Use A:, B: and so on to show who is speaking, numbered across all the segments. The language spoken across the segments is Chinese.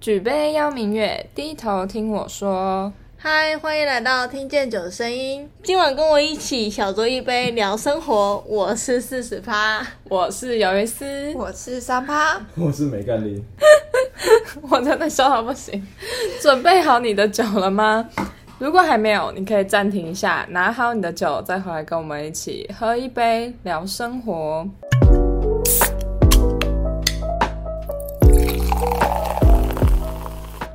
A: 举杯邀明月，低头听我说。
B: 嗨，欢迎来到听见酒的声音。今晚跟我一起小酌一杯，聊生活。我是四十趴，
A: 我是尤维斯，
C: 我是三趴，
D: 我是梅干林。
A: 我真的笑到不行。准备好你的酒了吗？如果还没有，你可以暂停一下，拿好你的酒，再回来跟我们一起喝一杯，聊生活。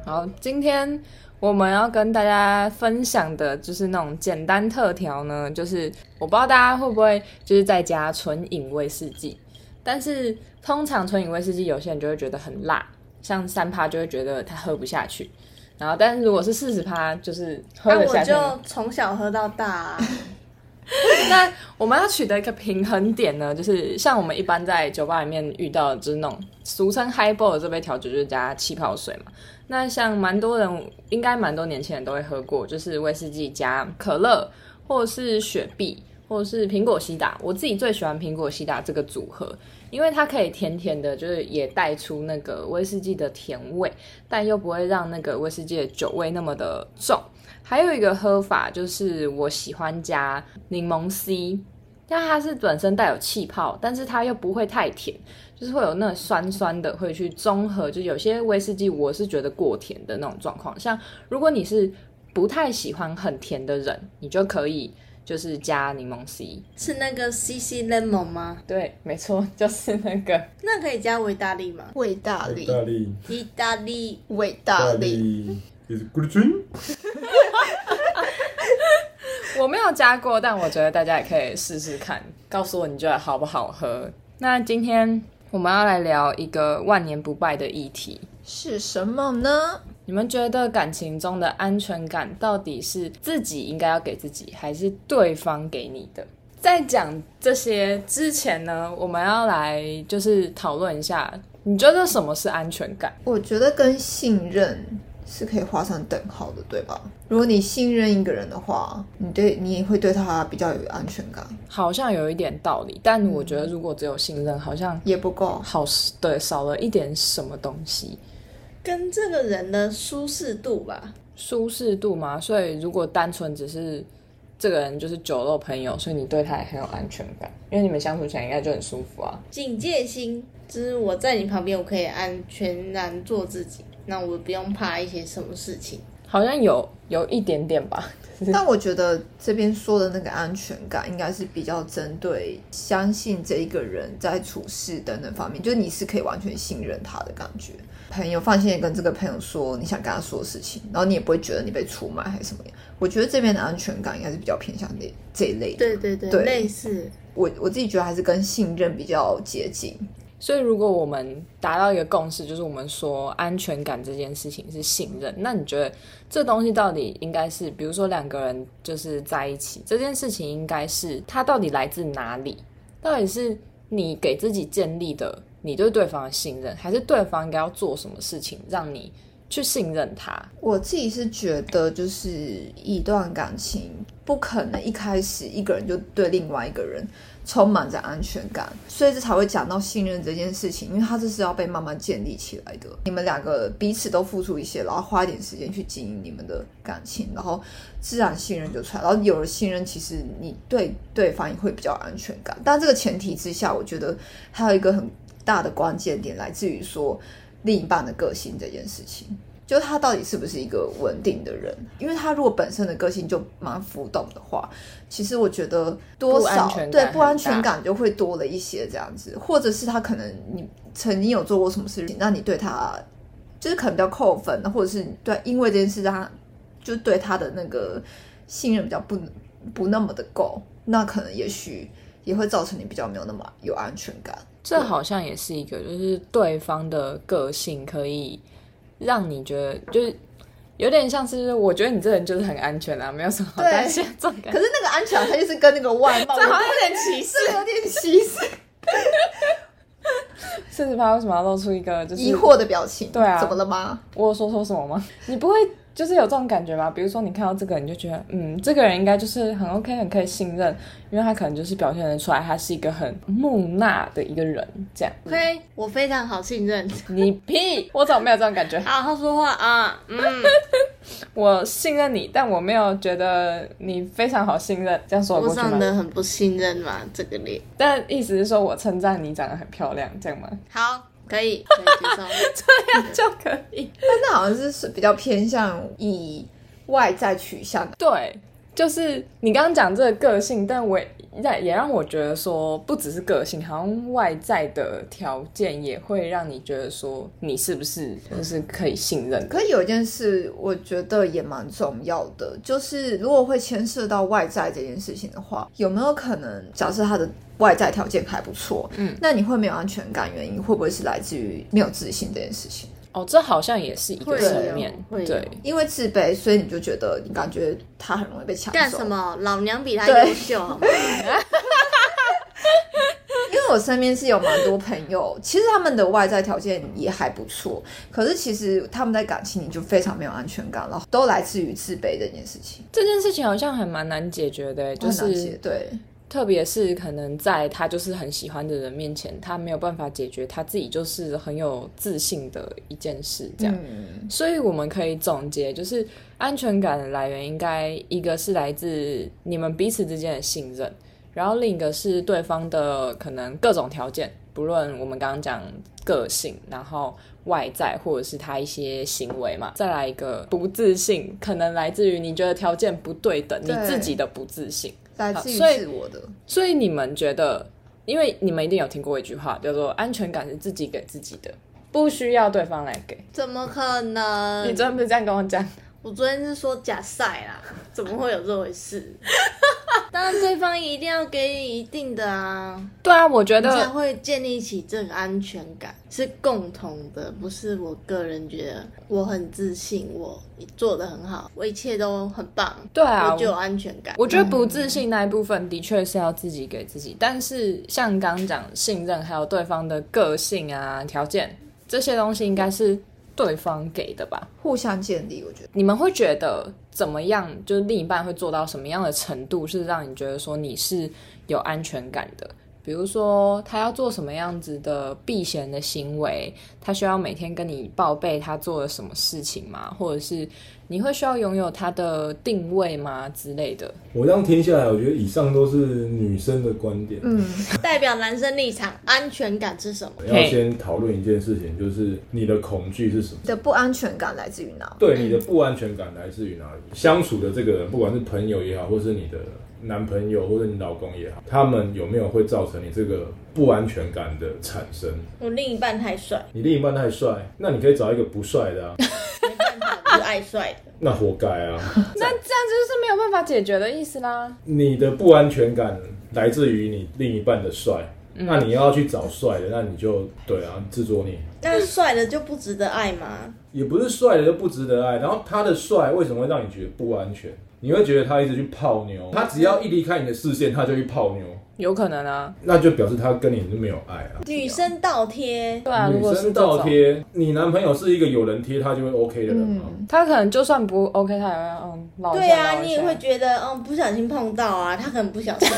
A: 好，今天我们要跟大家分享的就是那种简单特调呢，就是我不知道大家会不会就是在家纯饮威士忌，但是通常纯饮威士忌有些人就会觉得很辣，像三趴就会觉得他喝不下去，然后但是如果是四十趴，就是喝
B: 那
A: 得
B: 我
A: 下去。
B: 就从小喝到大、啊。
A: 那我们要取得一个平衡点呢，就是像我们一般在酒吧里面遇到的，就是那种俗称 highball 的这杯调酒，就是加气泡水嘛。那像蛮多人，应该蛮多年轻人都会喝过，就是威士忌加可乐，或者是雪碧，或者是苹果西打。我自己最喜欢苹果西打这个组合，因为它可以甜甜的，就是也带出那个威士忌的甜味，但又不会让那个威士忌的酒味那么的重。还有一个喝法就是我喜欢加柠檬 C，但它是本身带有气泡，但是它又不会太甜，就是会有那种酸酸的，会去中和。就有些威士忌我是觉得过甜的那种状况，像如果你是不太喜欢很甜的人，你就可以就是加柠檬 C。
B: 是那个 CC lemon 吗？
A: 对，没错，就是那个。
B: 那可以加维大利吗？
C: 伟大
D: 意
C: 力，
D: 大利，
B: 意大利
C: 伟
D: 意
C: 大
D: 大
C: 力，
D: 利，is good drink。
A: 我没有加过，但我觉得大家也可以试试看，告诉我你觉得好不好喝。那今天我们要来聊一个万年不败的议题，
C: 是什么呢？
A: 你们觉得感情中的安全感到底是自己应该要给自己，还是对方给你的？在讲这些之前呢，我们要来就是讨论一下，你觉得什么是安全感？
C: 我觉得跟信任是可以画上等号的，对吧？如果你信任一个人的话，你对你也会对他比较有安全感，
A: 好像有一点道理，但我觉得如果只有信任，好像
C: 也不够。
A: 好对少了一点什么东西，
B: 跟这个人的舒适度吧。
A: 舒适度嘛。所以如果单纯只是这个人就是酒肉朋友，所以你对他也很有安全感，因为你们相处起来应该就很舒服啊。
B: 警戒心，就是我在你旁边，我可以安全然做自己，那我不用怕一些什么事情。
A: 好像有有一点点吧，
C: 但我觉得这边说的那个安全感，应该是比较针对相信这一个人在处事等等方面，就是你是可以完全信任他的感觉。朋友放心的跟这个朋友说你想跟他说的事情，然后你也不会觉得你被出卖还是什么样。我觉得这边的安全感应该是比较偏向那这一类的。
B: 对对对，
C: 对
B: 类似。
C: 我我自己觉得还是跟信任比较接近。
A: 所以，如果我们达到一个共识，就是我们说安全感这件事情是信任，那你觉得这东西到底应该是，比如说两个人就是在一起这件事情，应该是它到底来自哪里？到底是你给自己建立的你对对方的信任，还是对方应该要做什么事情让你去信任他？
C: 我自己是觉得，就是一段感情不可能一开始一个人就对另外一个人充满着安全感，所以这才会讲到信任这件事情，因为它这是要被慢慢建立起来的。你们两个彼此都付出一些，然后花一点时间去经营你们的感情，然后自然信任就出来。然后有了信任，其实你对对方也会比较有安全感。但这个前提之下，我觉得还有一个很大的关键点来自于说另一半的个性这件事情。就他到底是不是一个稳定的人？因为他如果本身的个性就蛮浮动的话，其实我觉得多
A: 不安
C: 少
A: 全感
C: 对
A: 很
C: 不安全
A: 大
C: 感就会多了一些这样子，或者是他可能你曾经有做过什么事情，让你对他就是可能比较扣分，或者是对因为这件事让他就对他的那个信任比较不不那么的够，那可能也许也会造成你比较没有那么有安全感。
A: 这好像也是一个，就是对方的个性可以让你觉得，就是有点像是我觉得你这人就是很安全啊，没有什么好
C: 对
A: 担心的这种感
C: 可
A: 觉。
C: 是那个安全感，它就是跟那个外貌有
A: 好像
C: 点歧视，有点歧视，
A: 四十八为什么要露出一个就是
C: 疑惑的表情。
A: 对啊
C: 怎么了吗？
A: 我有说错什么吗？你不会就是有这种感觉嘛。比如说你看到这个，你就觉得，嗯，这个人应该就是很 OK，很可以信任，因为他可能就是表现得出来，他是一个很木讷的一个人。这样，
B: 嘿，我非常好信任。
A: 你屁，我怎么没有这种感觉？
B: 好好说话啊， 嗯，
A: 我信任你，但我没有觉得你非常好信任，这样说得
B: 我
A: 过去
B: 长
A: 吗？
B: 得很不信任嘛，这个脸。
A: 但意思是说我称赞你长得很漂亮，这样吗？
B: 好，可以， 可以接受。
A: 这样就可以。
C: 但那好像是比较偏向以外在取向，
A: 对，就是你刚刚讲这个个性，但我也也也让我觉得说，不只是个性，好像外在的条件也会让你觉得说，你是不是就是可以信任？
C: 可是有一件事，我觉得也蛮重要的，就是如果会牵涉到外在这件事情的话，有没有可能，假设他的外在条件还不错，嗯，那你会没有安全感，原因会不会是来自于没有自信这件事情？
A: 哦，这好像也是一个
B: 会
A: 层
B: 有
A: 面，
B: 会有
A: 对。
C: 因为自卑，所以你就觉得你感觉他很容易被抢走。
B: 干什？么？老娘比他
C: 对
B: 优秀，好吗？
C: 因为我身边是有蛮多朋友，其实他们的外在条件也还不错，可是其实他们在感情里就非常没有安全感，然后都来自于自卑这件事情，
A: 这件事情好像还蛮难解决的，欸就
C: 很难解
A: 是
C: 对。
A: 特别是可能在他就是很喜欢的人面前，他没有办法解决他自己就是很有自信的一件事，这样。
C: 嗯，
A: 所以我们可以总结，就是安全感的来源应该一个是来自你们彼此之间的信任，然后另一个是对方的可能各种条件，不论我们刚刚讲个性，然后外在或者是他一些行为嘛。再来一个不自信，可能来自于你觉得条件不对等，你
C: 对
A: 自己的不自信。
C: 来自
A: 好
C: 于
A: 所以
C: 自我的。
A: 所以你们觉得，因为你们一定有听过一句话，叫做“安全感是自己给自己的，不需要对方来给”。
B: 怎么可能？
A: 你昨天不是这样跟我讲？
B: 我昨天是说假 赛啦，怎么会有这回 事？当然，对方一定要给你一定的啊，
A: 对啊，我觉
B: 你才
A: 得
B: 会建立起这个安全感，是共同的，不是我个人觉得我很自信，我做的很好，我一切都很棒，
A: 对啊
B: 我就有安全感。
A: 我觉得不自信那一部分的确是要自己给自己，但是像刚刚讲信任，还有对方的个性啊、条件这些东西，应该是对方给的吧？
C: 互相建立，我觉得
A: 你们会觉得怎么样？就是另一半会做到什么样的程度，是让你觉得说你是有安全感的？比如说，他要做什么样子的避嫌的行为，他需要每天跟你报备他做了什么事情吗？或者是你会需要拥有他的定位吗之类的？
D: 我这样听下来，我觉得以上都是女生的观点。嗯，
B: 代表男生立场，安全感是什么？
D: 要先讨论一件事情，就是你的恐惧是什么？
C: 你的不安全感来自于哪？
D: 对你的不安全感来自于哪里？相处的这个人，不管是朋友也好，或是你的男朋友或者你老公也好，他们有没有会造成你这个不安全感的产生？
B: 我另一半太帅，
D: 你另一半太帅，那你可以找一个不帅的啊，
B: 没办法，不爱帅的。
D: 那活该啊。
A: 那这样就是没有办法解决的意思啦。
D: 你的不安全感来自于你另一半的帅，那你要去找帅的，那你就对啊，自作孽。
B: 那帅的就不值得爱吗？
D: 也不是帅的就不值得爱，然后他的帅为什么会让你觉得不安全？你会觉得他一直去泡妞，他只要一离开你的视线，他就去泡妞，
A: 有可能
B: 嗯
A: 啊，
D: 那就表示他跟你是没有爱啊。
B: 女生倒贴，
A: 对啊，如
D: 女
A: 果是
D: 生
A: 这
D: 倒
A: 种，
D: 贴，你男朋友是一个有人贴他就会 OK 的人啊吗？
A: 他可能就算不 OK，他也会嗯捞一下
B: 对啊，
A: 捞一
B: 你
A: 下
B: 也会觉得，嗯，不小心碰到啊，他可能不小心。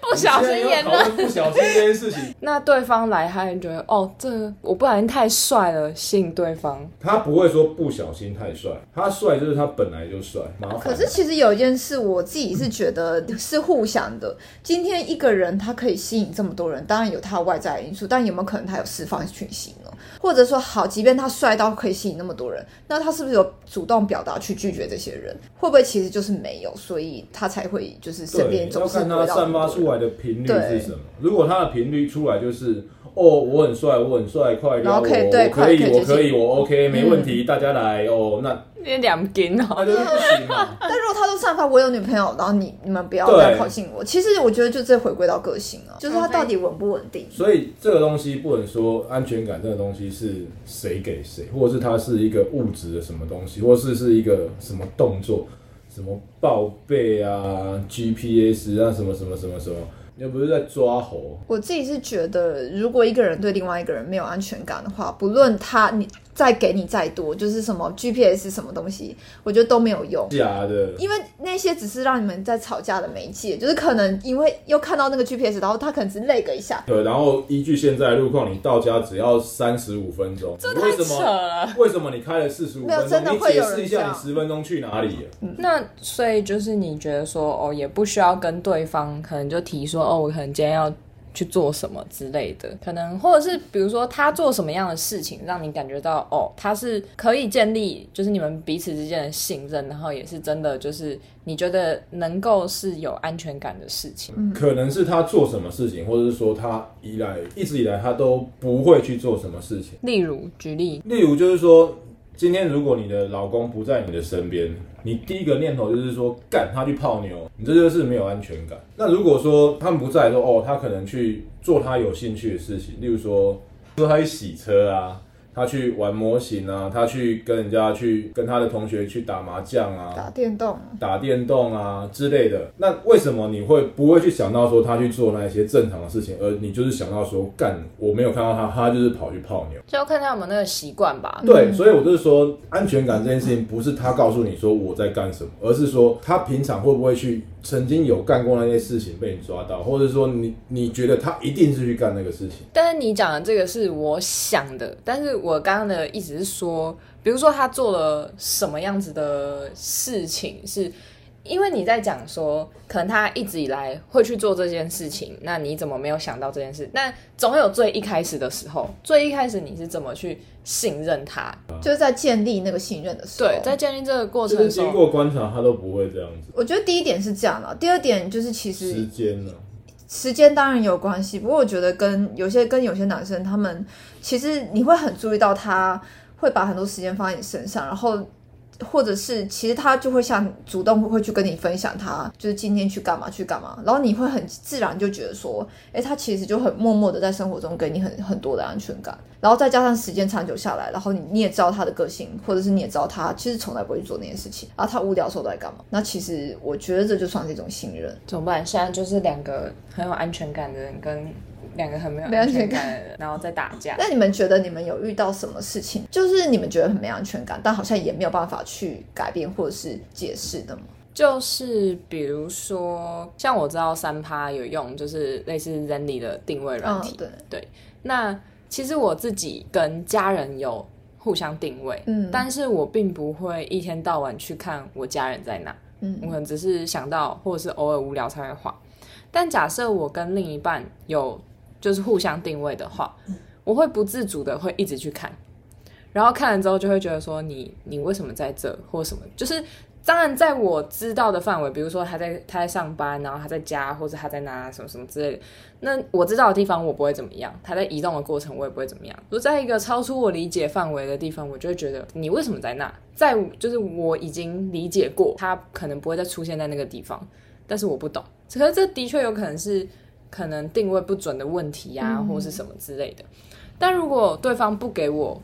A: 不小心
D: 现在
A: 演
D: 又讨
A: 的。
D: 论不小心这件事情，
A: 那对方来，他也觉得哦，这个我不小心太帅了，吸引对方。
D: 他不会说不小心太帅，他帅就是他本来就帅，麻烦。
C: 可是其实有一件事，我自己是觉得是互相的。今天一个人他可以吸引这么多人，当然有他的外在因素，但有没有可能他有释放讯息呢？或者说，好，即便他帅到可以吸引那么多人，那他是不是有主动表达去拒绝这些人？会不会其实就是没有，所以他才会就是身
D: 对，
C: 边
D: 要
C: 总是
D: 看
C: 围
D: 他
C: 绕
D: 散发
C: 很多人
D: 出来的频率
C: 对
D: 是什么。如果他的频率出来就是哦，我很帅，我很帅，快
C: 然
D: 撩
C: 后
D: 我，
C: 可以
D: 我
C: 对
D: 可
C: 快可以
D: 以，我
C: 接
D: 可以，
C: 近嗯
D: 我 OK，没问题，大家来哦，那
A: 你两斤哦，
D: 那就是不行 嘛。
C: 但如果他都散发我有女朋友，然后你你们不要
D: 对
C: 再靠近我，其实我觉得就这回归到个性啊，就是他
B: OK
C: 到底稳不稳定。
D: 所以这个东西不能说安全感这个东西是谁给谁，或者是它是一个物质的什么东西，或是是一个什么动作，什么报备啊、GPS 啊，什么什么什么什么，又不是在抓猴。
C: 我自己是觉得，如果一个人对另外一个人没有安全感的话，不论他你再给你再多，就是什么 GPS 什么东西，我觉得都没有用。
D: 假的，
C: 因为那些只是让你们在吵架的媒介，就是可能因为又看到那个 GPS，然后他可能只是累个一下，
D: 对，然后依据现在的路况，你到家只要三十五分钟，
A: 这
D: 为
A: 太
D: 什
A: 扯
D: 么？
A: 了。
D: 为什么你开了四十五
C: 没有
D: 分
C: 真的
D: 钟？你
C: 会
D: 解
C: 有人
D: 释一
C: 这
D: 下，
C: 样
D: 你十分钟去哪里了？
A: 那所以就是你觉得说哦，也不需要跟对方可能就提说哦，我可能今天要去做什么之类的，可能或者是比如说他做什么样的事情让你感觉到哦，他是可以建立就是你们彼此之间的信任，然后也是真的就是你觉得能够是有安全感的事情。
C: 嗯
D: 可能是他做什么事情，或者是说他以来一直以来他都不会去做什么事情。
A: 例如举例，
D: 例如就是说，今天如果你的老公不在你的身边，你第一个念头就是说，干他去泡妞，你这就是没有安全感。那如果说他们不在的时候，说哦，他可能去做他有兴趣的事情，例如说，说他去洗车啊。他去玩模型啊，他去跟人家去跟他的同学去打麻将啊，
C: 打电动。
D: 打电动啊之类的。那为什么你会不会去想到说他去做那一些正常的事情，而你就是想到说干我没有看到他，他就是跑去泡妞？
A: 就要看他有没有那个习惯吧。
D: 对，所以我就是说，安全感这件事情不是他告诉你说我在干什么，而是说他平常会不会去曾经有干过那些事情被你抓到，或者说你你觉得他一定是去干那个事情。
A: 但是你讲的这个是我想的，但是我刚刚的意思是说，比如说他做了什么样子的事情是，因为你在讲说，可能他一直以来会去做这件事情，那你怎么没有想到这件事？那总有最一开始的时候，最一开始你是怎么去信任他？
C: 就是在建立那个信任的时候。
A: 对，在建立这个过
D: 就
A: 程
D: 是
A: 的时
D: 经
A: 候，
D: 过观察，他都不会这样子。
C: 我觉得第一点是这样啦，第二点就是其
D: 时
C: 实
D: 间呢、
C: 时间当然有关系，不过我觉得跟有些跟有些男生他们其实你会很注意到他会把很多时间放在你身上，然后或者是其实他就会像主动会去跟你分享他就是今天去干嘛去干嘛，然后你会很自然就觉得说，诶，他其实就很默默的在生活中给你很很多的安全感，然后再加上时间长久下来，然后你你也知道他的个性，或者是你也知道他其实从来不会去做那些事情，然后他无聊的时候都在干嘛，那其实我觉得这就算是一种信任。
A: 怎么办？现在就是两个很有安全感的人跟两个很没有
C: 没安
A: 安
C: 全
A: 全感的人，然后再打 架。
C: 那你们觉得你们有遇到什么事情，就是你们觉得很没安全感，但好像也没有办法去改变或者是解释的吗？
A: 就是比如说，像我知道三趴有用，就是类似 Zenly 的定位软
C: 嗯
A: 体。，
C: 对，
A: 那其实我自己跟家人有互相定位，
C: 嗯
A: 但是我并不会一天到晚去看我家人在哪，我
C: 嗯
A: 可能只是想到，或者是偶尔无聊才会画。但假设我跟另一半有就是互相定位的话，
C: 嗯
A: 我会不自主的会一直去看，然后看了之后就会觉得说你你为什么在这或什么，就是当然在我知道的范围，比如说他在他在上班，然后他在家或者他在哪什么什么之类的，那我知道的地方我不会怎么样，他在移动的过程我也不会怎么样。如果在一个超出我理解范围的地方，我就会觉得你为什么在那？在就是我已经理解过，他可能不会再出现在那个地方，但是我不懂。可是这的确有可能是可能定位不准的问题呀、
C: 嗯
A: 或是什么之类的。但如果对方不给我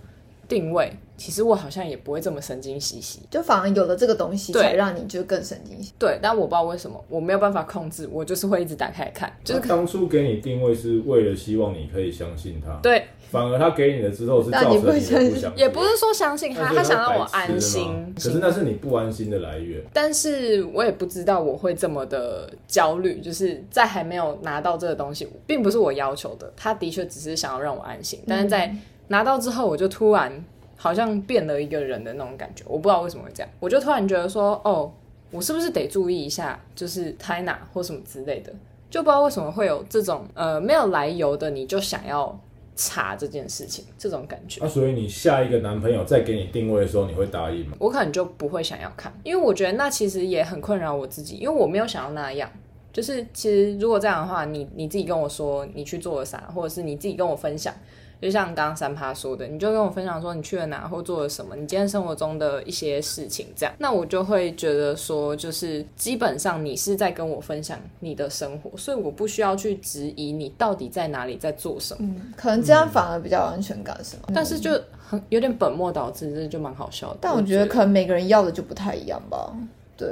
A: 定位，其实我好像也不会这么神经兮兮。
C: 就反而有了这个东西，
A: 对
C: 才让你就更神经性。
A: 对，但我不知道为什么，我没有办法控制，我就是会一直打开来看，就是
D: 他当初给你定位是为了希望你可以相信他，
A: 对，
D: 反而他给你的之后是
C: 但
D: 造
C: 你
D: 成
C: 不
D: 你
C: 相
D: 的不
C: 信
D: 相信，
A: 也不是说相信他，
D: 那
A: 他
D: 觉得
A: 想让我
D: 白痴
A: 安
D: 了
A: 心
D: 嘛。可是那是你不安心的来源。
A: 但是我也不知道我会这么的焦虑，就是在还没有拿到这个东西，并不是我要求的，他的确只是想要让我安心，但是在拿到之后，我就突然好像变了一个人的那种感觉，我不知道为什么会这样，我就突然觉得说，哦，我是不是得注意一下，就是胎哪或什么之类的，就不知道为什么会有这种呃没有来由的，你就想要查这件事情这种感觉
D: 那、。啊所以你下一个男朋友再给你定位的时候，你会答应吗？
A: 我可能就不会想要看，因为我觉得那其实也很困扰我自己，因为我没有想要那样。就是其实如果这样的话，你你自己跟我说你去做了啥，或者是你自己跟我分享，就像刚刚三趴说的，你就跟我分享说你去了哪或做了什么，你今天生活中的一些事情这样，那我就会觉得说，就是基本上你是在跟我分享你的生活，所以我不需要去质疑你到底在哪里在做什么。
C: 嗯，可能这样反而比较有安全感，是吗？
A: 但是就很有点本末倒置，这就蛮好笑的。
C: 但我觉得可能每个人要的就不太一样吧。对，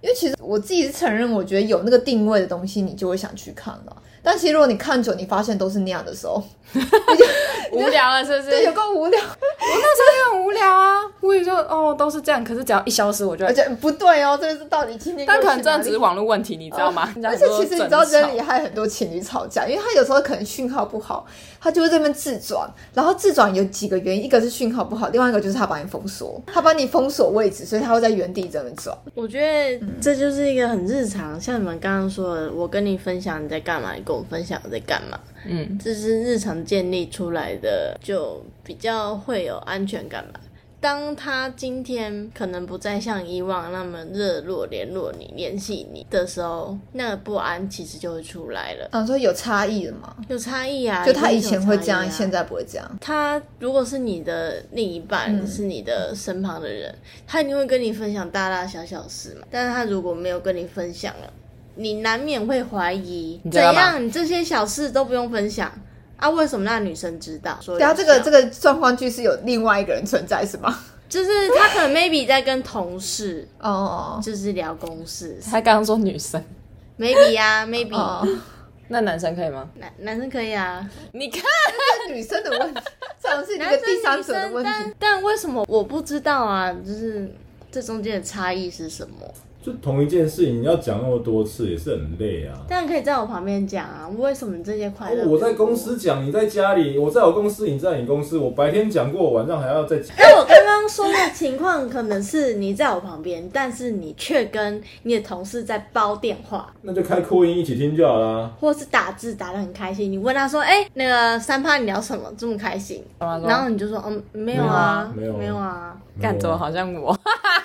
C: 因为其实我自己是承认，我觉得有那个定位的东西，你就会想去看了。但其实如果你看久，你发现都是那样的时候，
A: 无聊了是不是？
C: 对，有够无聊，
A: 那时候就很无聊啊，我也就哦都是这样，可是只要一消失，我就
C: 而且不对哦，这是到底今天
A: 但可能
C: 又去
A: 这样
C: 哪
A: 只
C: 里哦
A: 是网络问题，你知道吗？
C: 而且其实你知道，
A: 真
C: 真理害很多情侣吵架，因为他有时候可能讯号不好，他就会这边自转，然后自转有几个原因，一个是讯号不好，另外一个就是他把你封锁，他把你封锁位置，所以他会在原地这么转。
B: 我觉得这就是一个很日常，像你们刚刚说的，我跟你分享你在干嘛，你跟我分享我在干嘛，
A: 嗯，
B: 这是日常建立出来的，就比较会有安全感吧。当他今天可能不再像以往那么热络联络你、联系你的时候，那个不安其实就会出来了，
C: 嗯，所以有差异的嘛，
B: 有差异啊。
C: 就他以前会
B: 一定
C: 这
B: 是有差异啊
C: 样，现在不会这样。
B: 他如果是你的另一半，
C: 嗯
B: 是你的身旁的人，他一定会跟你分享大大小小事嘛。但是他如果没有跟你分享了，你难免会怀疑，
A: 你知
B: 怎
A: 道吗
B: 样你这些小事都不用分享啊？为什么那女生知道？所以
C: 对啊，这个这
B: 个
C: 个状况剧是有另外一个人存在是吗？
B: 就是他可能 maybe 在跟同事
C: 哦哦
B: 就是聊公事
A: 他刚刚说女生，
B: ，maybe 啊 maybe，、
C: 哦，
A: 那男生可以吗？
B: 男男生可以啊，
A: 你看，
C: 这是女生的问题，这种是 一
B: 男
C: 个
B: 生
C: 第三
B: 女
C: 者的
B: 生
C: 问题。
B: 但但为什么我不知道啊？就是这中间的差异是什么？
D: 就同一件事情，你要讲那么多次也是很累啊。
B: 但可以在我旁边讲啊，为什么你这些快乐？
D: 哦我在公，司讲，你在家里；我在我公司，你在你公司。我白天讲过，晚上还要再讲。
B: 但我刚刚说的情况可能是你在我旁边，但是你却跟你的同事在煲电话，
D: 那就开扩音一起听就好啦。
B: 或是打字打得很开心。你问他说：“哎、那个三胖你聊什么这么开心？”
A: 然
B: 然后你就说：“嗯，没有啊，
D: 没有啊
B: 没有啊。
A: 干怎么好像我？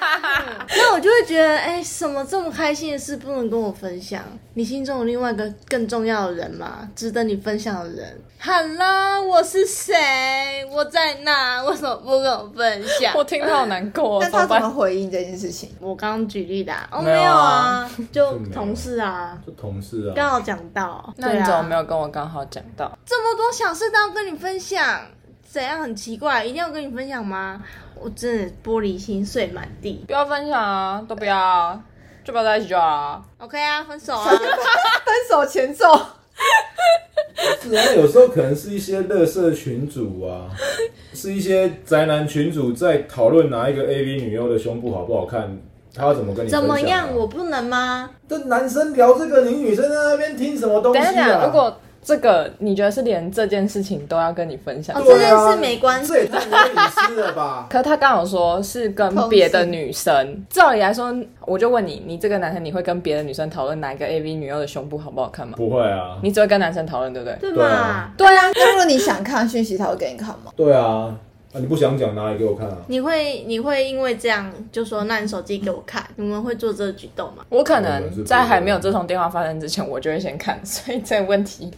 B: 那我就会觉得，哎、什么这么开心的事不能跟我分享？你心中有另外一个更重要的人吗？值得你分享的人？好啦，我是谁？我在哪？为什么不跟我分享？
A: 我听到好难 过，
C: 但
A: 怎么
C: 他怎么
A: 办？
C: 回应这件事情？
B: 我刚刚举例的、啊，哦，
A: 没
B: 没
A: 有
B: 有
A: 啊
B: 啊，就
D: 就没有
B: 同事啊，
D: 就同事
B: 刚
D: 啊，
B: 好讲到，
A: 那
B: 对
A: 你
B: 啊
A: 怎么没有跟我刚好讲到？
B: 这么多小事都要跟你分享？怎样很奇怪？一定要跟你分享吗？我真的玻璃心碎满地。
A: 不要分享啊，都不要啊，就不要在一起就好啊。
B: OK 啊，分手啊，
C: 分手前奏，
D: 是啊，有时候可能是一些乐色群主啊， 是一些宅男群主在讨论哪一个 AV 女优的胸部好不好看，他要怎么跟你分
B: 怎
D: 享啊
B: 么样？我不能吗？
D: 这男生聊这个，你女生在那边听什么东西
A: 等一
D: 啊？
A: 下，等一下如果这个你觉得是连这件事情都要跟你分享？
B: 哦，
D: 对
B: 这
D: 啊
B: 件事没关系
D: 这也太没有隐私了吧
A: 可是他刚好说是跟别的女生，照理来说，我就问你，你这个男生你会跟别的女生讨论哪一个 AV 女优的胸部好不好看吗？
D: 不会啊，
A: 你只会跟男生讨论，对不对？
B: 对
D: 对
B: 嘛
D: 啊？
C: 对啊，那如果你想看讯息，他会给你看吗？
D: 对啊，啊你不想讲拿来给我看啊？
B: 你会你会因为这样就说，那你手机给我看，你们会做这个举动吗？
A: 我可能在还没有这通电话发生之前，我就会先看，所以这个问题，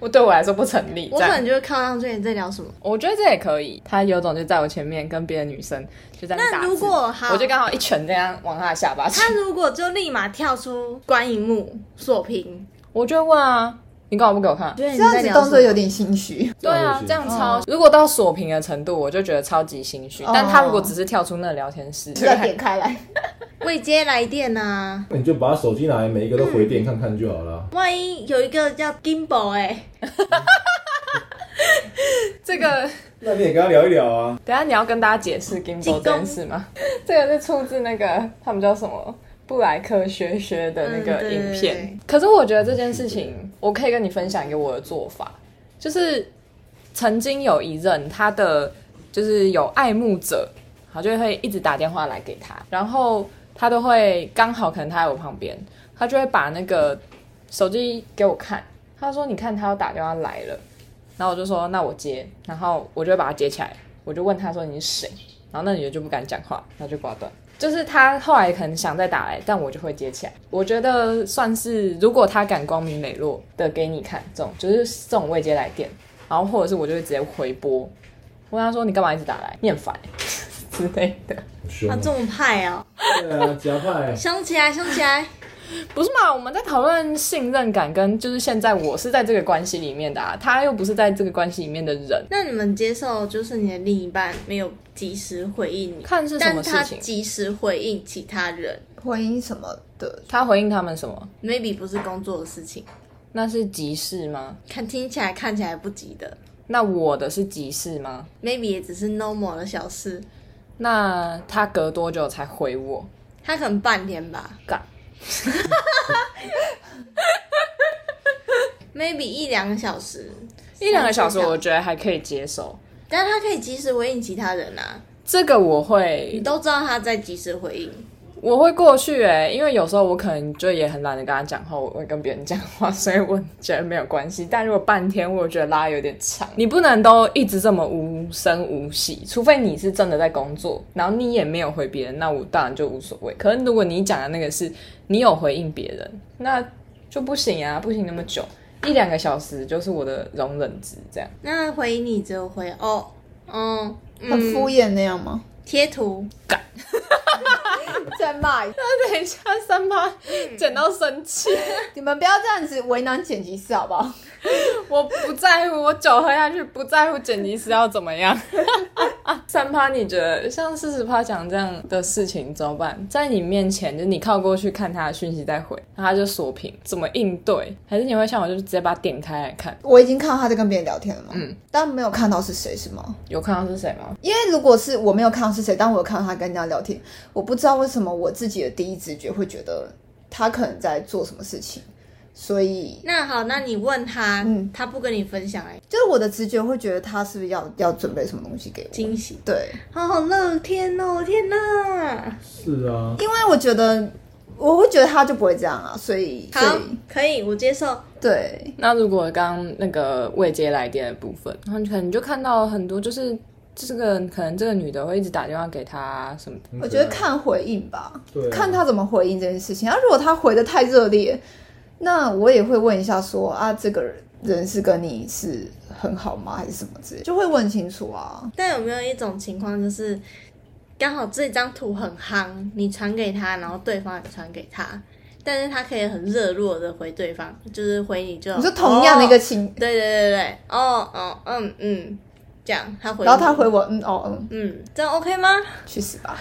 A: 我对我来说不成立。
B: 我
A: 这
B: 可
A: 样
B: 能就会看上去你在聊什么。
A: 我觉得这也可以。他有种就在我前面跟别的女生就在那打
B: 那
A: 字
B: 如果好，
A: 我就刚好一拳这样往他的下巴去，
B: 他如果就立马跳出观荧幕锁屏，
A: 我就会问啊，你干嘛不给我看？
B: 觉得你
C: 这样
B: 在
C: 子
B: 聊
C: 动
B: 什
C: 作
B: 么？
C: 有点心虚。
A: 对啊，这
D: 这
A: 样
D: 样
A: 超。如果到锁屏的程度，我就觉得超级心虚。
C: 哦
A: 但他如果只是跳出那个聊天室，
C: 再点开来，
B: 未接来电呐、
D: 那你就把手机拿来，每一个都回电看看就好了。
B: 万一有一个叫 Gimbal 哎、
A: 这个，
D: 那你也跟他聊一聊啊。
A: 等一下你要跟大家解释 Gimbal
B: 进攻
A: 这件事吗？ 这个是出自那个他们叫什么？布莱克学学的那
B: 嗯
A: 个
B: 对
A: 影
B: 对
A: 片
B: 对，
A: 可是我觉得这件事情，我可以跟你分享一个我的做法，就是曾经有一任他的就是有爱慕者，他就会一直打电话来给他，然后他都会刚好可能他在我旁边，他就会把那个手机给我看，他说你看他要打电话来了，然后我就说那我接，然后我就会把他接起来，我就问他说你是谁，然后那女的就不敢讲话，然后就挂断。就是他后来可能想再打来，但我就会接起来。我觉得算是，如果他敢光明磊落的给你看，这种就是这种未接来电，然后或者是我就会直接回拨，我跟他说你干嘛一直打来，你很烦之类的。
D: 很凶
B: 啊
D: 啊，
B: 这么派哦、
D: 对啊，夹派。
B: 想起来想起来，
A: 不是嘛？我们在讨论信任感跟就是现在我是在这个关系里面的啊，他又不是在这个关系里面的人，
B: 那你们接受就是你的另一半没有及时回应你，
A: 看是什
B: 但
A: 么
B: 他
A: 事情。
B: 及时回应其他人
C: 婚姻什么的，
A: 他回应他们什么？
B: ，maybe 不是工作的事情，
A: 那是急事吗？
B: 看听起来看起来不急的
A: 那我的是急事吗？
B: ，maybe 也只是 normal 的小事，
A: 那他隔多久才回我？
B: 他可能半天吧
A: 干
B: ，maybe 一两个小时，
A: 一两个小时，
B: 三
A: 我觉得还可以接受。
B: 但是他可以及时回应其他人啊，
A: 这个我
B: 你
A: 会，
B: 都知道他在及时回应，
A: 我会过去哎、因为有时候我可能就也很懒得跟他讲话，我会跟别人讲话，所以我觉得没有关系。但如果半天，我觉得拉有点长，你不能都一直这么无声无息，除非你是真的在工作，然后你也没有回别人，那我当然就无所谓。可是如果你讲的那个是你有回应别人，那就不行啊，不行那么久，一两个小时就是我的容忍值这样。
B: 那回应你只有回哦，嗯，
C: 很敷衍那样吗？
B: 贴图，
C: 在骂
A: 等一下三八剪到生气。
C: 你们不要这样子为难剪辑师好不好？
A: 我不在乎，我酒喝下去不在乎剪辑师要怎么样。 三趴，你觉得像四十趴讲这样的事情怎么办？在你面前，就你靠过去看他的讯息再回，然后他就锁屏，怎么应对？还是你会像我，就是直接把它点开来看？
C: 我已经看到他在跟别人聊天了嘛，
A: 嗯，
C: 但没有看到是谁是吗？
A: 有看到是谁吗？
C: 因为如果是我没有看到是谁，但我有看到他跟人家聊天，我不知道为什么我自己的第一直觉会觉得他可能在做什么事情，所以
B: 那好，那你问他，
C: 嗯
B: 他不跟你分享哎、
C: 就是我的直觉会觉得他是不是要要准备什么东西给我？
B: 惊喜，
C: 对，
B: 好好乐天哦，天哪！
D: 是啊，
C: 因为我觉得我会觉得他就不会这样啊，所以所
B: 好
C: 以，
B: 可以，我接受。
C: 对，
A: 那如果刚刚那个未接来电的部分，然后你可能就看到很多，就是这个可能这个女的会一直打电话给他、什么的。
D: 很可爱
C: 我觉得看回应吧，
D: 对啊
C: 看他怎么回应这件事情。啊，如果他回的太热烈，那我也会问一下说啊，这个人是跟你是很好吗，还是什么之类，就会问清楚啊。
B: 但有没有一种情况就是，刚好这张图很夯，你传给他，然后对方也传给他，但是他可以很热络的回对方，就是回你就
A: 嗯
C: 你说同样的一个
B: 哦
C: 情，
B: 对对对对，哦哦嗯嗯，这样他回，
C: 然后他回，我嗯哦嗯，
B: 嗯，这样 OK 吗？
C: 去死 吧。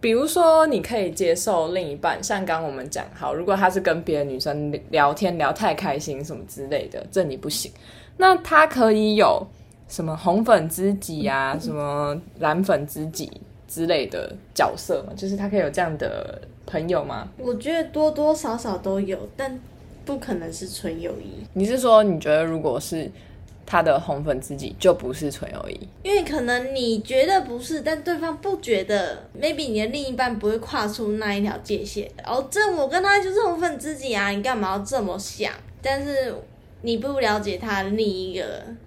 A: 比如说，你可以接受另一半，像刚我们讲好，如果他是跟别的女生聊天聊太开心什么之类的，这你不行。那他可以有什么红粉知己啊，什么蓝粉知己之类的角色嘛？就是他可以有这样的朋友吗？
B: 我觉得多多少少都有，但不可能是纯友谊，
A: 你是说，你觉得如果是他的红粉知己，就不是纯友谊？
B: 因为可能你觉得不是，但对方不觉得，maybe 你的另一半不会跨出那一条界限。哦，这我跟他就是红粉知己啊，你干嘛要这么想？但是你不了解他另一个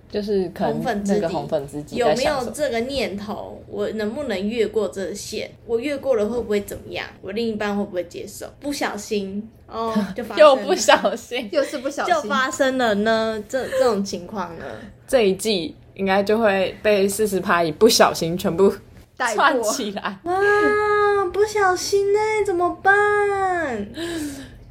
A: 就是可
B: 红粉
A: 能
B: 知己
A: 那个红粉知己
B: 有
A: 在
B: 没
A: 想什
B: 有
A: 么？
B: 这个念头，我能不能越过这个线？我越过了会不会怎么样？我另一半会不会接受？不小心哦，就发生
A: 又
B: 了
A: 不小心，
C: 又是不小
B: 就
C: 心，
B: 发生了呢，这这种情况呢？
A: 这一季应该就会被四十趴一不小心全部
C: 带
A: 串
C: 过。
A: 起来，
B: 哇，不小心呢、怎么办？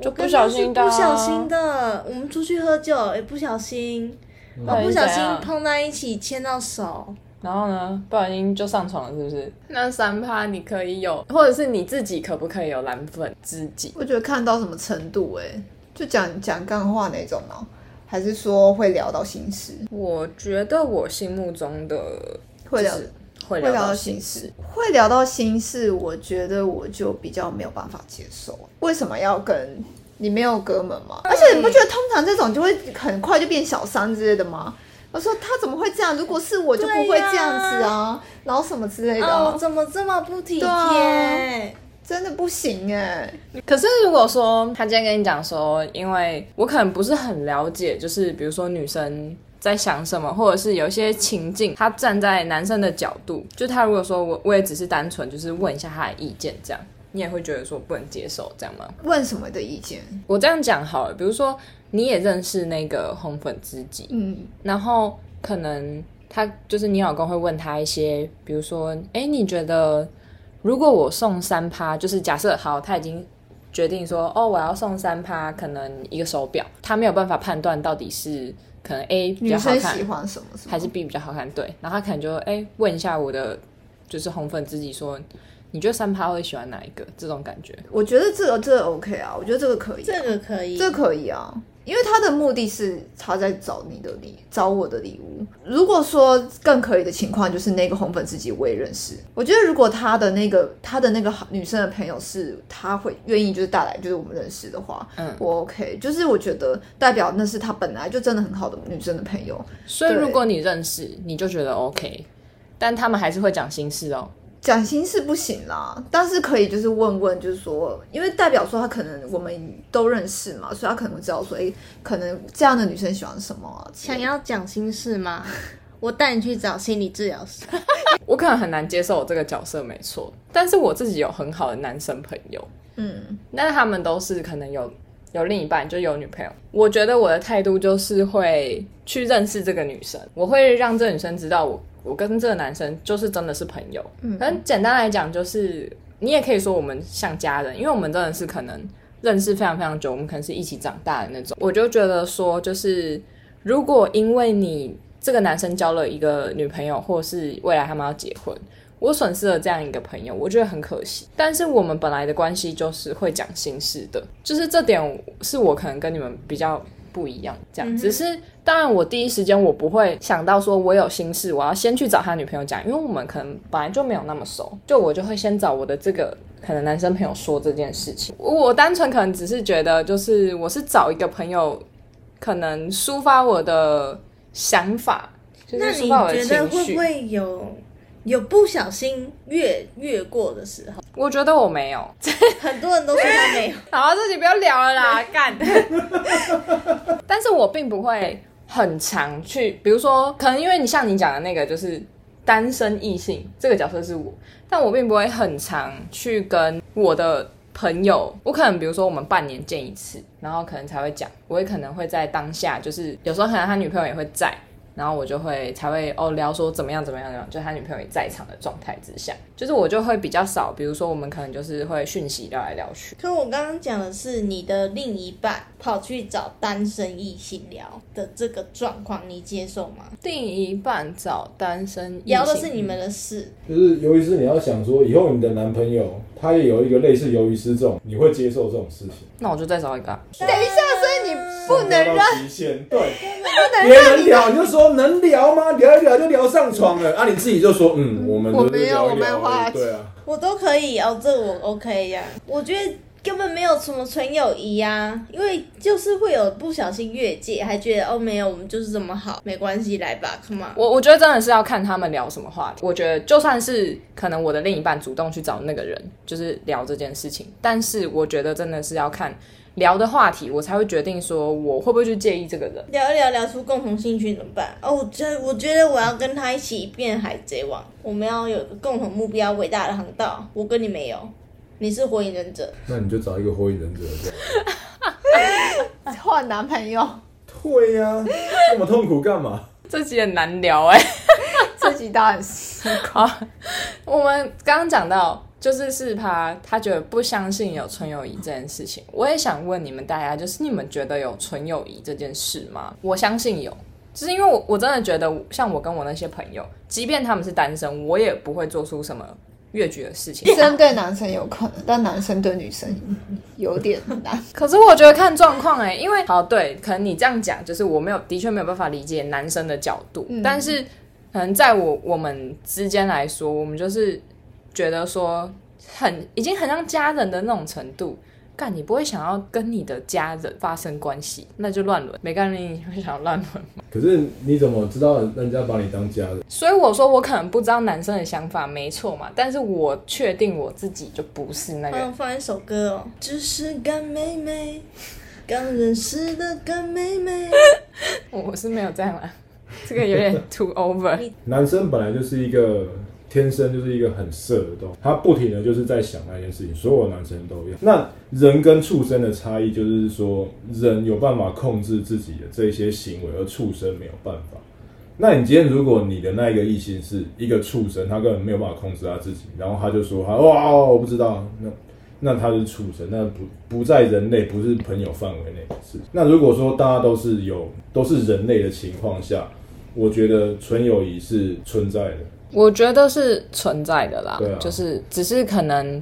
A: 就
B: 我跟
A: 不
B: 他
A: 小心的、啊
B: 是不小心。的。我们出去喝酒，也、不小心，哦
A: 到底
B: 不
A: 是
B: 小
A: 怎
B: 心
A: 样
B: 碰在一起，牵到手。
A: 然后呢，不小心就上床了，是不是？那三趴你可以有，或者是你自己可不可以有蓝粉知己？
C: 我觉得看到什么程度、欸，就讲讲干话那种哦、还是说会聊到心事，
A: 我觉得我心目中的
C: 会聊、
A: 就是会
C: 会
A: 聊
C: 聊
A: 到
C: 到
A: 心
C: 心
A: 事
C: 事，，会聊到心事，我觉得我就比较没有办法接受。为什么要跟你没有哥们吗？而且你不觉得通常这种就会很快就变小三之类的吗？我说他怎么会这样？如果是我就不会这样子
B: 对
C: 啊，然后什么之类的啊、
B: 哦，怎么这么不体贴？
C: 对啊真的不行哎、
A: 可是如果说他今天跟你讲说，因为我可能不是很了解，就是比如说女生在想什么，或者是有一些情境，他站在男生的角度，就他如果说我我也只是单纯就是问一下他的意见这样。你也会觉得说不能接受这样吗？
C: 问什么的意见？
A: 我这样讲好了，比如说你也认识那个红粉知己，
C: 嗯，
A: 然后可能他就是你老公会问他一些，比如说，哎，你觉得如果我送三趴，就是假设好，他已经决定说，哦，我要送三趴，可能一个手表，他没有办法判断到底是可能 A 比
C: 女
A: 较好
C: 生
A: 看
C: 喜，欢什么什么
A: 还是 B 比较好看，对。然后他可能就哎、问一下我的就是红粉知己说，你觉得三趴会喜欢哪一个？这种感觉，
C: 我觉得这个这个 OK 啊，我觉得这个可以啊、
B: 这个可以，
C: 这可以啊，因为他的目的是他在找你的礼，找我的礼物。如果说更可以的情况，就是那个红粉知己我也认识。我觉得如果他的那个他的那个女生的朋友是他会愿意就是带来就是我们认识的话，
A: 嗯
C: 我 OK。就是我觉得代表那是他本来就真的很好的女生的朋友，
A: 所以
C: 对
A: 如果你认识，你就觉得 OK，但他们还是会讲心事哦。
C: 讲心事不行啦，但是可以就是问问，就是说，因为代表说他可能我们都认识嘛，所以他可能知道说，诶，可能这样的女生喜欢什么啊、之类
B: 想
C: 的
B: 要讲心 事吗？我带你去找心理治疗师。
A: 我可能很难接受我这个角色，没错。但是我自己有很好的男生朋友，
C: 嗯。
A: 但是他们都是可能有有另一半，就有女朋友。我觉得我的态度就是会去认识这个女生，我会让这个女生知道我我跟这个男生就是真的是朋友。嗯，很简单来讲，就是你也可以说我们像家人，因为我们真的是可能认识非常非常久，我们可能是一起长大的那种。我就觉得说，就是如果因为你这个男生交了一个女朋友，或是未来他们要结婚，我损失了这样一个朋友，我觉得很可惜。但是我们本来的关系就是会讲心事的，就是这点是我可能跟你们比较不一样，这
B: 嗯
A: 样。只是当然，我第一时间我不会想到说我有心事，我要先去找他女朋友讲，因为我们可能本来就没有那么熟，就我就会先找我的这个。可能男生朋友说这件事情，我我单纯可能只是觉得，就是我是找一个朋友，可能抒发我的想法，就是
B: 那
A: 抒
B: 你
A: 发我的
B: 觉
A: 情
B: 得会
A: 绪。
B: 不会有有不小心越越过的时候？
A: 我觉得我没有，
B: 很多人都说他没有，
A: 好，自己不要聊了啦，干。但是我并不会很常去，比如说，可能因为你像你讲的那个，就是单身异性这个角色是我，但我并不会很常去跟我的朋友，我可能比如说我们半年见一次，然后可能才会讲，我也可能会在当下，就是有时候可能他女朋友也会在。然后我就会才会哦聊说怎么样怎么样怎么样，就他女朋友也在场的状态之下，就是我就会比较少，比如说我们可能就是会讯息聊来聊去，
B: 可我刚刚讲的是你的另一半跑去找单身异性聊的这个状况，你接受吗？
A: 另一半找单身异性
B: 聊的是你们的事，
D: 就是鱿鱼丝，你要想说，以后你的男朋友他也有一个类似鱿鱼丝这种，你会接受这种事情？
A: 那我就再找一个啊、
C: 等一下，所以你不能
D: 聊
C: 让
D: 到极限，对，不能别人聊你就说能聊吗？聊一聊就聊上床了，啊，你自己就说嗯，我们
C: 我
D: 就是
C: 没有
D: 聊一
C: 我没
D: 聊
C: 有话
D: 而已对啊，
B: 我都可以哦，这我 OK 呀、我觉得根本没有什么纯友谊啊，因为就是会有不小心越界，还觉得哦没有，我们就是这么好，没关系，来吧，Come on。
A: 我我觉得真的是要看他们聊什么话题。我觉得就算是可能我的另一半主动去找那个人，就是聊这件事情，但是我觉得真的是要看聊的话题，我才会决定说我会不会去介意这个人。
B: 聊一聊，聊出共同兴趣怎么办？哦，我觉得我觉得我要跟他一起变海贼王，我们要有个共同目标，伟大的航道。我跟你没有，你是火影忍者，
D: 那你就找一个火影忍者这样。
C: 换男朋友，
D: 对呀、那么痛苦干嘛？
A: 这集很难聊哎、
C: 自己当然是
A: 好，我们刚刚讲到，就是四趴，他觉得不相信有纯友谊这件事情。我也想问你们大家，就是你们觉得有纯友谊这件事吗？我相信有，就是因为我我真的觉得，像我跟我那些朋友，即便他们是单身，我也不会做出什么越矩的事情。
C: 女生对男生有可能，但男生对女生有点难。
A: 可是我觉得看状况哎，因为好对，可能你这样讲，就是我没有的确没有办法理解男生的角度，
C: 嗯
A: 但是可能在我我们之间来说，我们就是觉得说很已经很像家人的那种程度。干，你不会想要跟你的家人发生关系，那就乱伦。每个人你会想要乱伦，
D: 可是你怎么知道人家把你当家人？
A: 所以我说我可能不知道男生的想法没错嘛，但是我确定我自己就不是那个
B: 帮我放一首歌哦。只是干妹妹，刚认识的干妹妹，
A: 我是没有这样啦，这个有点 too over。
D: 男生本来就是一个天生就是一个很色的动物，他不停的就是在想那件事情，所有男生都一样。那人跟畜生的差异就是说，人有办法控制自己的这些行为，而畜生没有办法。那你今天如果你的那一个异性啊是一个畜生，他根本没有办法控制他自己，然后他就说他哇、我不知道，那那它是畜生，那不不在人类不是朋友范围内的事。那如果说大家都是有都是人类的情况下，我觉得纯友谊是存在的。
A: 我觉得是存在的啦，
D: 对啊
A: 就是只是可能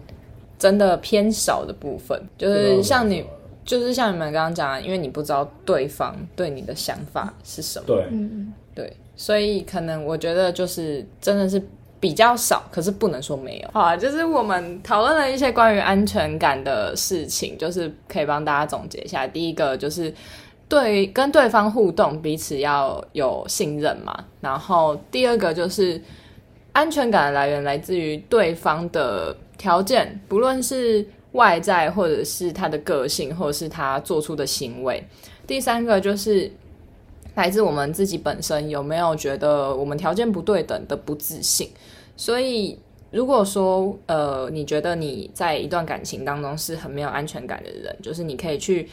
A: 真的偏少的部分，就是像你，就是像你们刚刚讲的，因为你不知道对方对你的想法是什么，
D: 对，
C: 嗯
A: 对，所以可能我觉得就是真的是比较少，可是不能说没有。好啊，就是我们讨论了一些关于安全感的事情，就是可以帮大家总结一下。第一个就是对跟对方互动，彼此要有信任嘛。然后第二个就是安全感的来源来自于对方的条件，不论是外在或者是他的个性，或者是他做出的行为。第三个就是来自我们自己本身有没有觉得我们条件不对等的不自信。所以，如果说呃，你觉得你在一段感情当中是很没有安全感的人，就是你可以去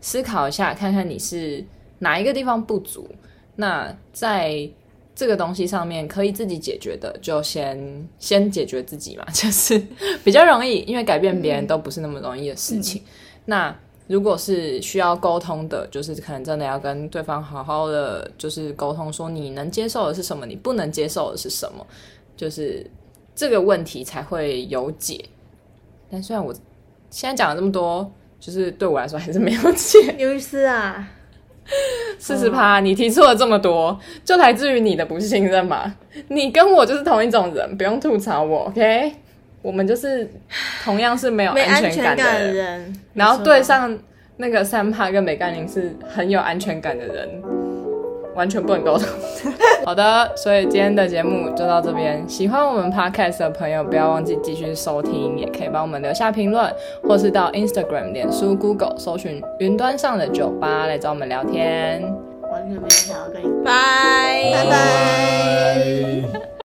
A: 思考一下，看看你是哪一个地方不足。那在这个东西上面可以自己解决的，就先先解决自己嘛， 就是比较容易，因为改变别人都不是那么容易的事情。那如果是需要沟通的，就是可能真的要跟对方好好的就是沟通，说你能接受的是什么，你不能接受的是什么，就是这个问题才会有解。但虽然我现在讲了这么多，就是对我来说还是没有解。
B: 刘医师啊，
A: 四十
B: 嗯
A: 趴，你提出了这么多，就来自于你的不信任嘛？你跟我就是同一种人，不用吐槽我，OK？我们就是同样是没有
B: 没安
A: 安
B: 全
A: 全感
B: 感
A: 的
B: 的
A: 人。
B: 人，
A: 然后
B: 没错
A: 对上那个三趴跟美甘宁是很有安全感的人，完全不能沟通。 好的，所以今天的节目就到这边。喜欢我们 podcast 的朋友，不要忘记继续收听，也可以帮我们留下评论，或是到 Instagram、脸书、Google 搜寻“云端上的酒吧”来找我们聊天。
B: 完全没有想要跟你，拜
D: 拜拜。